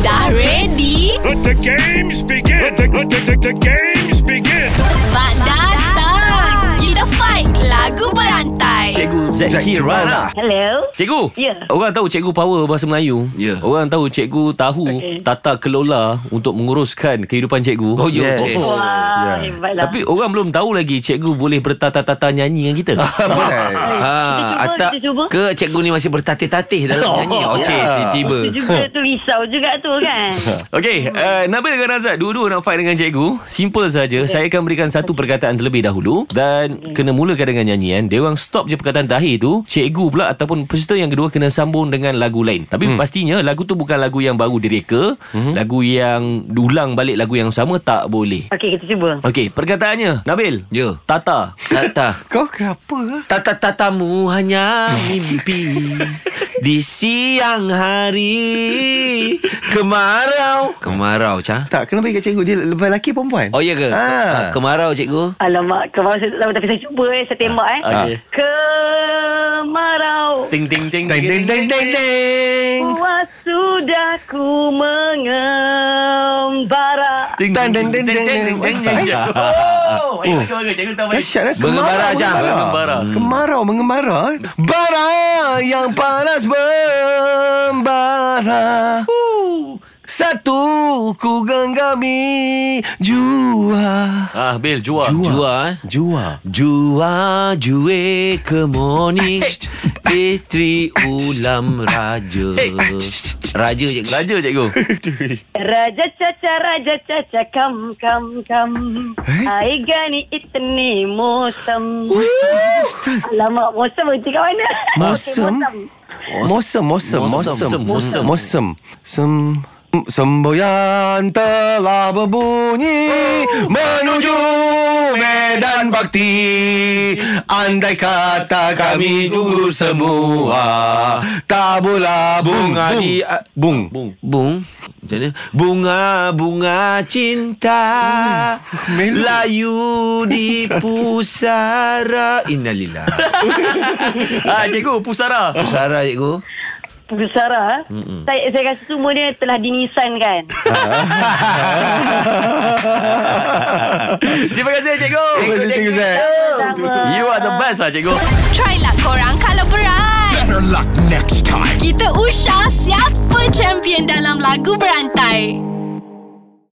Dah ready? Let the games begin. Let the, let the, the, the games begin. Mak datang! Kita fight lagu berantai. Cikgu Zakirana. Hello. Cikgu. Ya. Orang tahu cikgu power bahasa Melayu. Ya. Orang tahu cikgu tahu Okey. tata kelola untuk menguruskan kehidupan cikgu. Oh, ya. Yes. Oh. Wah, ya. hebatlah. Tapi orang belum tahu lagi cikgu boleh bertata-tata nyanyi dengan kita. ha, Kita cuba, atau kita cuba. ke cikgu ni masih bertatih-tatih dalam nyanyi. Oh, ya. cik, tiba-tiba. Itu juga tu risau juga tu kan. Okey, uh, Nabil dengan Razak dua-dua nak fight dengan cikgu. Simple saja. Saya akan berikan satu perkataan terlebih dahulu dan kena mulakan dengan nyanyian. Dia orang stop je perkataan terakhir tu, cikgu pula ataupun peserta yang kedua kena sambung dengan lagu lain. Tapi hmm. pastinya lagu tu bukan lagu yang baru direka, hmm. lagu yang ulang balik lagu yang sama tak boleh. Okey, kita cuba. Okey, perkataannya Nabil. Ya. Tata. Tata. Kau kenapa? Tata-tatamu hanya mimpi Di siang hari Kemarau Kemarau, Cah Tak, kenapa ikat cikgu? Dia lebih lelaki perempuan? Oh, ya ke? Ha. Kemarau, cikgu Alamak, kemarau saya tak tahu tapi saya cuba eh, saya tembak eh. Okey. Kemarau. Ting ting ting Deng, deng, deng, deng, deng. Puas sudah ku mengembara. Ting Tan, deng, deng, deng, deng. Oh, eh, bagaimana cikgu tahu balik. Dahsyat lah Mengembara, Jang. Mengembara. Hmm. Kemarau mengembara Bara yang panas membara Satu ku genggami Jua Ah, Bil, jua. Jua, eh Jua Jua jue kemoni Isteri ulam raja Raja cikgu Raja cikgu. Raja caca raja caca kam kam kam. Ai gani itni mosam. Alamak, mosam berhenti kat mana? Mosam? Okey, mosam. Mosem Mosem Mosem, Mosem mosem. Mosem Sem Semboyan telah berbunyi Menuju medan bakti Andai kata kami tunggu semua Tabula bunga di uh, Bung Bung. Bung Macam mana? Bunga-bunga cinta melodi. Layu di pusara Innalillah Ah, cikgu pusara. Pusara cikgu Pusara ha? saya, saya rasa semua dia telah dinisankan Terima kasih cikgu. Cikgu Zack Sama. You are the best lah cikgu. Try lah korang kalau berat. Better luck next time Kita usah siapa champion dalam lagu berantai.